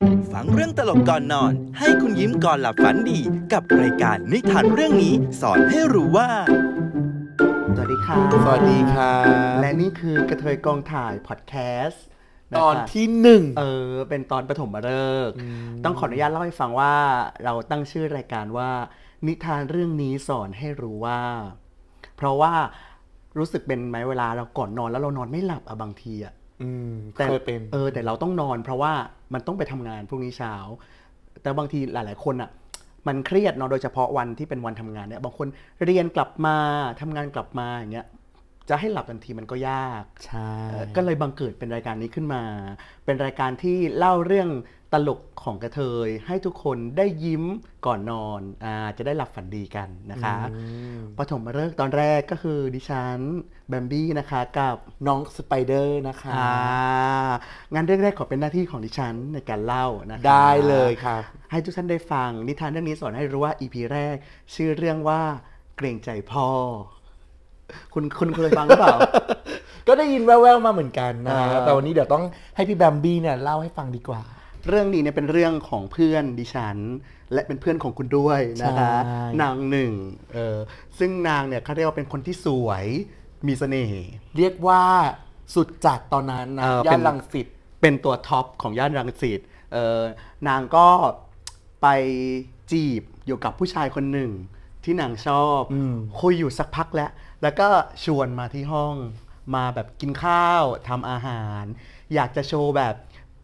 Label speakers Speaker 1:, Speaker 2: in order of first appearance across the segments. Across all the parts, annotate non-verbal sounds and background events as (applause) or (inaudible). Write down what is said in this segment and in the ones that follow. Speaker 1: งเรื่องตลกก่อนนอน ให้คุณยิ้มก่อนหลับฝันดี กับรายการนิทานเรื่องนี้สอนให้รู้ว่า
Speaker 2: สวัสดีค่ะ
Speaker 3: สวัสดีค่ะ
Speaker 2: และนี่คือกระเทยกองถ่ายพอดแคสต์ะ
Speaker 3: ต
Speaker 2: คะ
Speaker 3: อนที่หนึ่ง
Speaker 2: เออ เป็นตอนปฐมฤกษ์ต้องขออนุญาตเล่าให้ฟังว่า เราตั้งชื่อรายการว่า นิทานเรื่องนี้สอนให้รู้ว่า เพราะว่ารู้สึกเป็นไหมเวลาเราก่อนนอนแล้วเรานอนไม่หลับอะบางทีอะ
Speaker 3: อืม
Speaker 2: แต่
Speaker 3: เคยเป็น
Speaker 2: เออ แต่เราต้องนอน เพราะว่ามันต้องไปทำงานพรุ่งนี้เช้า แต่บางทีหลาย ๆ คนอะมันเครียดเนาะโดยเฉพาะวันที่เป็นวันทำงานเนี่ยบางคนเรียนกลับมาทำงานกลับมาอย่างเงี้ยจะให้หลับทันทีมันก็ยาก
Speaker 3: ใช่
Speaker 2: เอ่อก็เลยบังเกิดเป็นรายการนี้ขึ้นมา เป็นรายการที่เล่าเรื่องตลกของกระเทย ให้ทุกคนได้ยิ้มก่อนนอนอาจะได้หลับฝันดีกันนะคะ
Speaker 3: อืม
Speaker 2: ปฐมฤกษ์ตอนแรกก็คือดิฉันแบมบี้นะคะกับ
Speaker 3: น้องสไปเดอร์นะคะ
Speaker 2: อ่างานเรื่องแรกขอเป็นหน้าที่ของดิฉันในการเล่านะคะ
Speaker 3: ได้เลยค่ะ
Speaker 2: ให้ทุกท่านได้ฟังนิทานเรื่องนี้สอนให้รู้ว่า EP แรก ชื่อเรื่องว่าเกรงใจพ่อ คุณคุณเคยฟังหรือเป
Speaker 3: (laughs)
Speaker 2: ล่า
Speaker 3: ก็ได้ยินแว่วๆมาเหมือนกันนะ
Speaker 2: อ่า
Speaker 3: แต่วันนี้เดี๋ยวต้องให้พี่แบมบี้เนี่ยเล่าให้ฟังดีกว่า
Speaker 2: เรื่องนี้เนี่ยเป็นเรื่องของเพื่อนดิฉัน และเป็นเพื่อนของคุณด้วยนะคะ
Speaker 3: ใช่
Speaker 2: นางหนึ่งเออซึ่งนางเนี่ยเขาเรียกว่าเป็นคนที่สวยมีเสน่ห์
Speaker 3: เรียกว่าสุดจากตอนนั้นนะ
Speaker 2: เออย่
Speaker 3: า
Speaker 2: เป็น น
Speaker 3: ลังสิต
Speaker 2: เป็นตัวท็อปของย่านรังสิตเออนางก็ไปจีบอยู่กับผู้ชายคนหนึ่ง ที่นางชอบ
Speaker 3: อืม
Speaker 2: คุยอยู่สักพักแล้ว แล้วก็ชวนมาที่ห้องมาแบบกินข้าวทำอาหาร อยากจะโชว์แบบ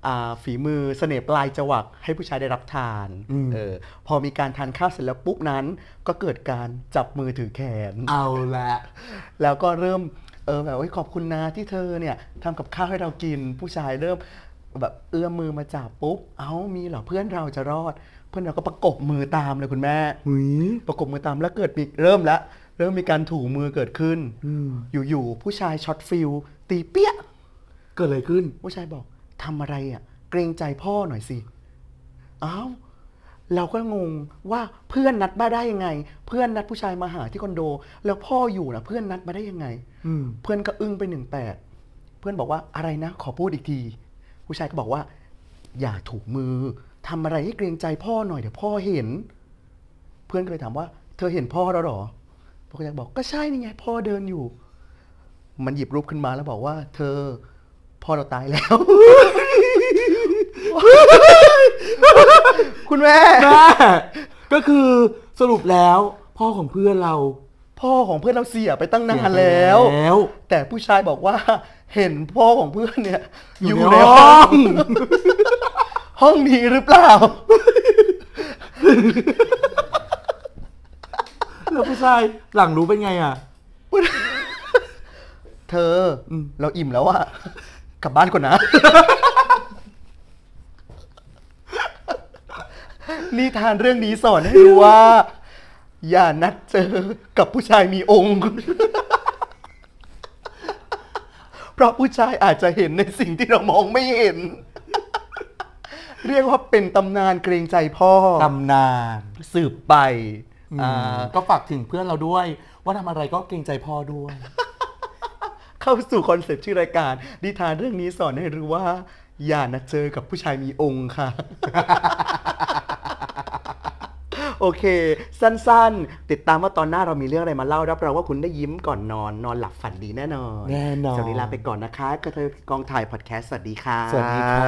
Speaker 2: อ่าฝีมือเสน่ห์ปลายจวักให้ผู้ชายได้รับทานเออพอมีการทานข้าวเสร็จแล้วปุ๊บนั้น ก็เกิดการจับมือถือแขน
Speaker 3: เอาละ
Speaker 2: แล้วก็เริ่มเออแบบเฮ้ยขอบคุณนะที่เธอเนี่ยทำกับข้าวให้เรากิน ผู้ชายเริ่มแบบเอื้อมมือมาจับปุ๊บ เอ้ามีเหรอเพื่อนเราจะรอด เพื่อนเราก็ประกบมือตามเลยคุณแม่ประกบมือตามแล้วเกิดมีเริ่มแล้วเริ่มมีการถูมือเกิดขึ้น
Speaker 3: อืม
Speaker 2: อยู่ๆผู้ชายช็อตฟิลตีเปี้ย
Speaker 3: เกิดอะไรขึ้น
Speaker 2: ผู้ชายบอกทำอะไรอะ่ะ เกรงใจพ่อหน่อยสิอ้าวเราก็งงว่าเพื่อนนัดมาได้ยังไง เพื่อนนัดผู้ชายมาหาที่คอนโด แล้วพ่ออยู่นะเพื่อนนัดมาได้ยังไง
Speaker 3: อืม
Speaker 2: เพื่อนก็อึ้งไปหนึ่งแปดเพื่อนบอกว่าอะไรนะ ขอพูดอีกที ผู้ชายก็บอกว่า อย่าถูกมือทำอะไรให้เกรงใจพ่อหน่อยเดี๋ยวพ่อเห็น เพื่อนก็เลยถามว่า เธอเห็นพ่อแล้วเหรอพ่อก็บอกก็ใช่นี่ไง พ่อเดินอยู่ มันหยิบรูปขึ้นมาแล้วบอกว่า เธอ พ่อเราตายแล้ว (laughs) คุณแม่
Speaker 3: แม่ก็คือสรุปแล้วพ่อของเพื่อนเรา
Speaker 2: พ่อของเพื่อนเราเสียไปตั้งนานแล้ว
Speaker 3: เสียไปแล้ว
Speaker 2: แต่ผู้ชายบอกว่า (laughs) เห็นพ่อของเพื่อนเนี่ย
Speaker 3: อยู่ในห้อง
Speaker 2: (laughs) ห้องนี้หรือเปล่า
Speaker 3: แล้วผู้ชายหลังรู้เป็นไงอ่ะ
Speaker 2: เธออเราอิ่มแล้วอะกลับบ้านก่อนนะ นิทานเรื่องนี้สอนให้รู้ว่า อย่านัดเจอกับผู้ชายมีองค์ เพราะผู้ชายอาจจะเห็นในสิ่งที่เรามองไม่เห็น เรียกว่าเป็นตำนานเกรงใจพ่อ
Speaker 3: ตำนาน
Speaker 2: สืบไป
Speaker 3: อ่า
Speaker 2: อ่า
Speaker 3: ก็ฝากถึงเพื่อนเราด้วย ว่าทำอะไรก็เกรงใจพ่อด้วย
Speaker 2: เข้าสู่คอนเซปต์ชื่อรายการนิทานเรื่องนี้สอนให้รู้ว่า อย่านะเจอกับผู้ชายมีองค์ค่ะ (laughs) โอเค สั้นๆ ติดตามว่าตอนหน้าเรามีเรื่องอะไรมาเล่ารับรองว่าคุณได้ยิ้มก่อนนอน นอนหลับฝันดีแน่นอน
Speaker 3: แน่นอน
Speaker 2: สำหรับวัดีลาไปก่อนนะคะกระเทยกองถ่ายพอดแคสต์สวัสดีค่ะ
Speaker 3: สวัสดีค่ะ